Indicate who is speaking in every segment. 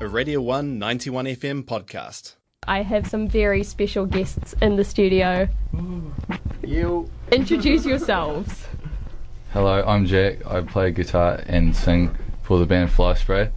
Speaker 1: a Radio 1 91 FM podcast.
Speaker 2: I have some very special guests in the studio.
Speaker 3: You.
Speaker 2: Introduce yourselves.
Speaker 4: Hello, I'm Jack. I play guitar and sing for the band Fly Spray.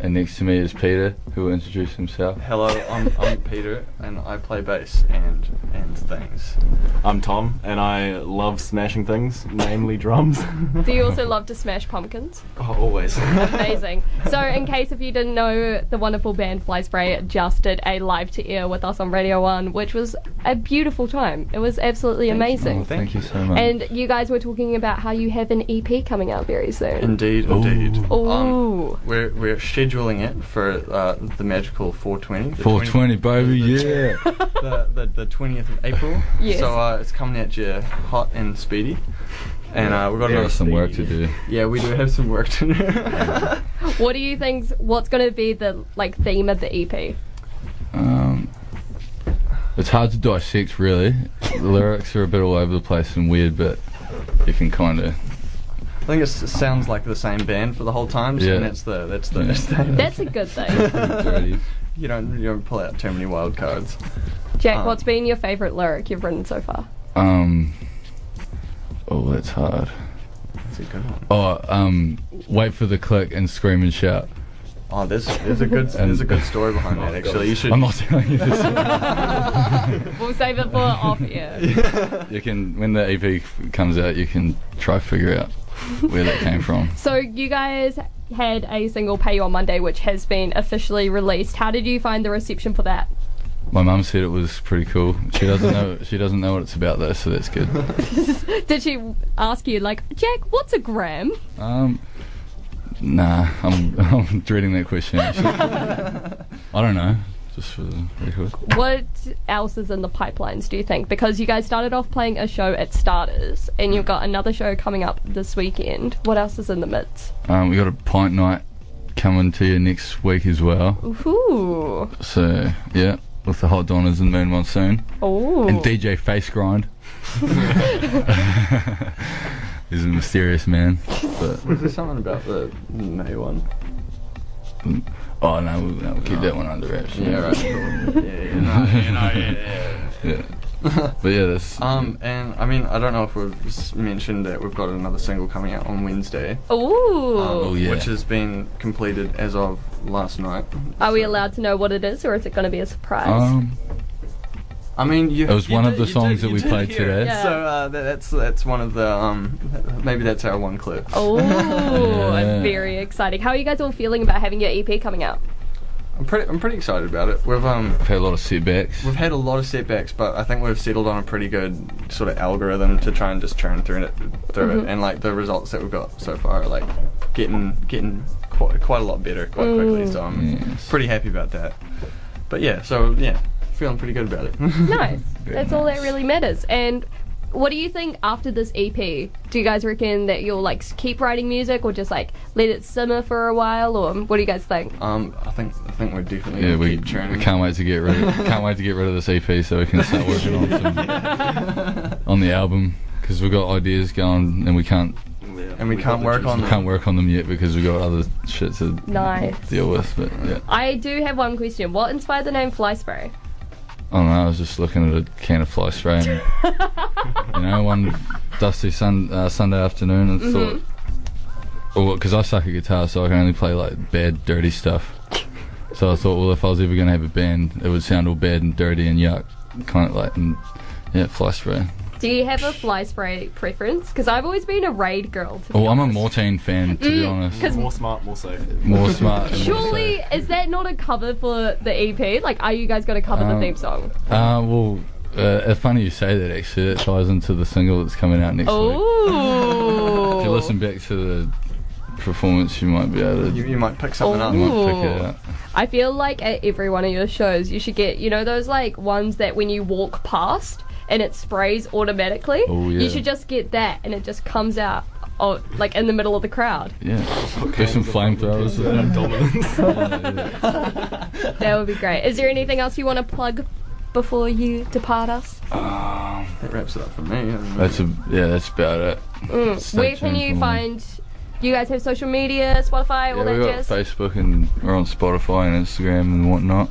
Speaker 4: And next to me is Peter, who will introduce himself. Oh,
Speaker 3: Hello, I'm, I'm Peter, and I play bass and and things.
Speaker 5: I'm Tom, and I love smashing things, namely drums.
Speaker 2: Do you also love to smash pumpkins?
Speaker 3: Oh, always.
Speaker 2: Amazing. So, in case if you didn't know, the wonderful band Fly Spray just did a live to air with us on Radio 1, which was a beautiful time. It was absolutely amazing.
Speaker 4: Thank you so much.
Speaker 2: And you guys were talking about how you have an EP coming out very soon.
Speaker 3: Indeed, indeed.
Speaker 2: Ooh.
Speaker 4: Um,
Speaker 3: We're, we're scheduling it for uh, the magical 420. The
Speaker 4: 420, baby, yeah.
Speaker 3: The, the, the 20th of April.
Speaker 2: Yes.
Speaker 3: So uh, it's coming at you hot and speedy. And uh, we've got
Speaker 4: Got
Speaker 3: another-
Speaker 4: some work to do.
Speaker 3: Yeah, we do have some work to do.
Speaker 2: What do you think? What's going to be the like theme of the E EP?
Speaker 4: Um, it's hard to dissect, really. The lyrics are a bit all over the place and weird, but you can kind of.
Speaker 3: I think it's, it sounds like the same band for the whole time, so
Speaker 4: Yeah.
Speaker 3: that's the that's the
Speaker 4: Yeah.
Speaker 3: that's the-
Speaker 2: That's a good thing.
Speaker 3: you don't you don't pull out too many wild cards.
Speaker 4: Uh,
Speaker 2: Jack,
Speaker 3: Um,
Speaker 2: what's been your favourite lyric you've written so far?
Speaker 4: Um, oh, that's hard.
Speaker 3: That's a good one.
Speaker 4: Oh, um, wait for the click and scream and shout.
Speaker 3: Oh, there's there's a good there's a good story behind that actually. You should.
Speaker 4: I'm not telling you this.
Speaker 2: We'll save it for off air.
Speaker 4: You can, when the EP f- comes out, you can try figure out where that came from.
Speaker 2: So you guys had a single "Pay You on Monday," which has been officially released. How did you find the reception for that?
Speaker 4: My mum said it was pretty cool. She doesn't know, she doesn't know what it's about though, so that's good.
Speaker 2: Did she ask you like, Jack, what's a gram?
Speaker 4: Um, nah, I'm, I'm dreading that question. Actually. I don't know. Just for the record.
Speaker 2: What else is in the pipelines? Do you think? Because you guys started off playing a show at Starters, and you've got another show coming up this weekend. What else is in the midst?
Speaker 4: Um, we got a pint night coming to you next week as well.
Speaker 2: Ooh,
Speaker 4: So yeah, with the Hot Donners and Moon Monsoon.
Speaker 2: ooh.
Speaker 4: And DJ Face Grind. He's a mysterious man. But
Speaker 3: Was there something about the May one?
Speaker 4: oh no, we'll, no, we'll keep that one under wraps.
Speaker 3: Yeah, right. yeah, yeah, no, yeah, no, yeah, yeah.
Speaker 4: Yeah. But yeah, that's
Speaker 3: Um, and I mean, I don't know if we've s- mentioned that we've got another single coming out on Wednesday, um,
Speaker 2: Ooh.
Speaker 4: Oh, yeah.
Speaker 3: which has been completed as of last night.
Speaker 2: Are we allowed to know what it is, or is it going to be a surprise?
Speaker 4: um
Speaker 3: I mean, you,
Speaker 4: It was
Speaker 3: you
Speaker 4: one
Speaker 3: did-
Speaker 4: of the
Speaker 3: you
Speaker 4: songs
Speaker 3: did-
Speaker 4: that we
Speaker 3: you did
Speaker 4: played
Speaker 3: hear it,
Speaker 4: today.
Speaker 2: Yeah.
Speaker 3: So uh, that, that's that's one of the um, maybe that's our one clip.
Speaker 2: Oh,
Speaker 4: Yeah.
Speaker 2: very exciting. How are you guys all feeling about having your EP coming out?
Speaker 3: I'm pretty I'm pretty excited about it. We've um
Speaker 4: had a lot of setbacks.
Speaker 3: We've had a lot of setbacks, but I think we've settled on a pretty good sort of algorithm to try and just churn through it, through
Speaker 4: Mm-hmm.
Speaker 3: it, and like the results that we've got so far are like getting getting quite, quite a lot better quite quickly.
Speaker 4: Mm.
Speaker 3: So I'm
Speaker 4: Yes.
Speaker 3: pretty happy about that. But yeah, so yeah, feeling pretty good about it.
Speaker 2: Nice.
Speaker 4: Very
Speaker 2: That's all that
Speaker 4: nice.
Speaker 2: really matters. And what do you think after this EP? Do you guys reckon that you'll like s- keep writing music, or just like let it simmer for a while, or what do you guys think?
Speaker 3: um, I think I think we're definitely
Speaker 4: Yeah,
Speaker 3: gonna
Speaker 4: we,
Speaker 3: keep churning.
Speaker 4: we can't wait to get rid. Of, can't wait to get rid of this EP so we can start working on some, on the album because we've got ideas going and we can't
Speaker 3: and we, can't work on
Speaker 4: we can't work on them yet because we've got other shit to
Speaker 2: Nice.
Speaker 4: deal with. But yeah,
Speaker 2: I do have one question. What inspired the name Fly Spray?
Speaker 4: I don't know. I was just looking at a can of fly spray, and, you know, one dusty sun, uh, Sunday afternoon, and thought, "Oh, well, because I suck at guitar, so I can only play like bad, dirty stuff. So I thought, well, if I was ever going to have a band, it would sound all bad and dirty and yuck, kind of like, and yeah, fly spray.
Speaker 2: Do you have a Fly Spray preference? Because I've always been a Raid girl. To be
Speaker 4: Oh, I'm a
Speaker 2: honest.
Speaker 4: Mortain fan, to be honest.
Speaker 2: Because
Speaker 5: More smart, more safe.
Speaker 4: More smart. and more
Speaker 2: surely
Speaker 4: safe.
Speaker 2: is that not a cover for the EP? Like, are you guys going to cover the
Speaker 4: Um,
Speaker 2: theme song?
Speaker 4: Uh, well, uh, it's funny you say that. Actually, it ties into the single that's coming out next week.
Speaker 2: Oh.
Speaker 4: If you listen back to the performance, you might be able to
Speaker 3: You, you might pick something
Speaker 4: you
Speaker 2: Ooh.
Speaker 3: up.
Speaker 4: might pick it out.
Speaker 2: I feel like at every one of your shows, you should get, you know, those like ones that when you walk past and it sprays automatically.
Speaker 4: Oh, yeah.
Speaker 2: You should just get that and it just comes out oh, like in the middle of the crowd.
Speaker 4: Yeah, do some flamethrowers. with it.
Speaker 2: That would be great. Is there anything else you want to plug before you depart us?
Speaker 3: That wraps it up for me. I mean,
Speaker 4: That's a, yeah, that's about it. Mm. Stay
Speaker 2: Where can
Speaker 4: tuned for
Speaker 2: you
Speaker 4: more.
Speaker 2: find You guys have social media, Spotify,
Speaker 4: Yeah,
Speaker 2: all
Speaker 4: we
Speaker 2: that
Speaker 4: got
Speaker 2: jazz.
Speaker 4: Facebook and we're on Spotify and Instagram and whatnot.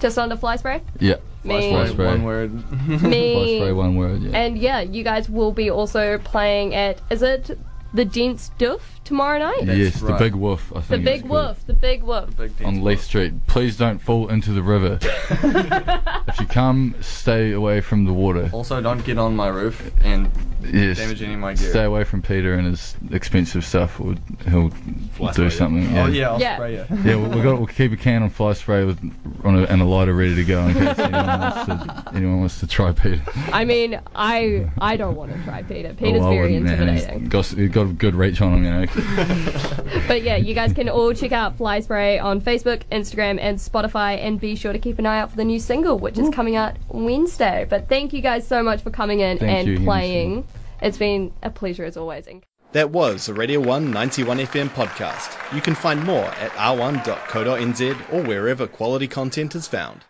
Speaker 2: Just under Fly Spray.
Speaker 4: Yeah,
Speaker 2: Me.
Speaker 4: Fly Spray.
Speaker 3: One word.
Speaker 4: Fly
Speaker 2: Me.
Speaker 4: Spray, one word. Yeah.
Speaker 2: And yeah, you guys will be also playing at is it the Dents Doof tomorrow night?
Speaker 3: That's
Speaker 4: yes, the
Speaker 3: right.
Speaker 4: big woof. I think
Speaker 2: The
Speaker 4: it's
Speaker 2: big
Speaker 4: called.
Speaker 2: woof, the big woof.
Speaker 3: Big
Speaker 4: on Leith Street. Please don't fall into the river. if you come, stay away from the water.
Speaker 3: Also, don't get on my roof and
Speaker 4: Yes.
Speaker 3: damage any of my gear.
Speaker 4: Stay away from Peter and his expensive stuff, or he'll
Speaker 1: Fly spray,
Speaker 4: do
Speaker 1: yeah.
Speaker 4: something. Yeah.
Speaker 3: Oh yeah, I'll
Speaker 2: Yeah.
Speaker 3: spray you.
Speaker 4: Yeah, we- we got. We'll keep a can on fly spray with on a, and a lighter ready to go in case anyone wants to, anyone wants to try Peter.
Speaker 2: I mean, I I don't want to try Peter. Peter's
Speaker 4: Oh, I
Speaker 2: very
Speaker 4: wouldn't, man. He's
Speaker 2: intimidating.
Speaker 4: Got, he's got a good reach on him, you know.
Speaker 2: But yeah, you guys can all check out Fly Spray on Facebook, Instagram, and Spotify, and be sure to keep an eye out for the new single, which is coming out Wednesday. But thank you guys so much for coming in
Speaker 4: Thank
Speaker 2: and
Speaker 4: you, Henderson.
Speaker 2: playing. It's been a pleasure as always. And
Speaker 1: That was a Radio 1 91 FM podcast. You can find more at r1.co.nz or wherever quality content is found.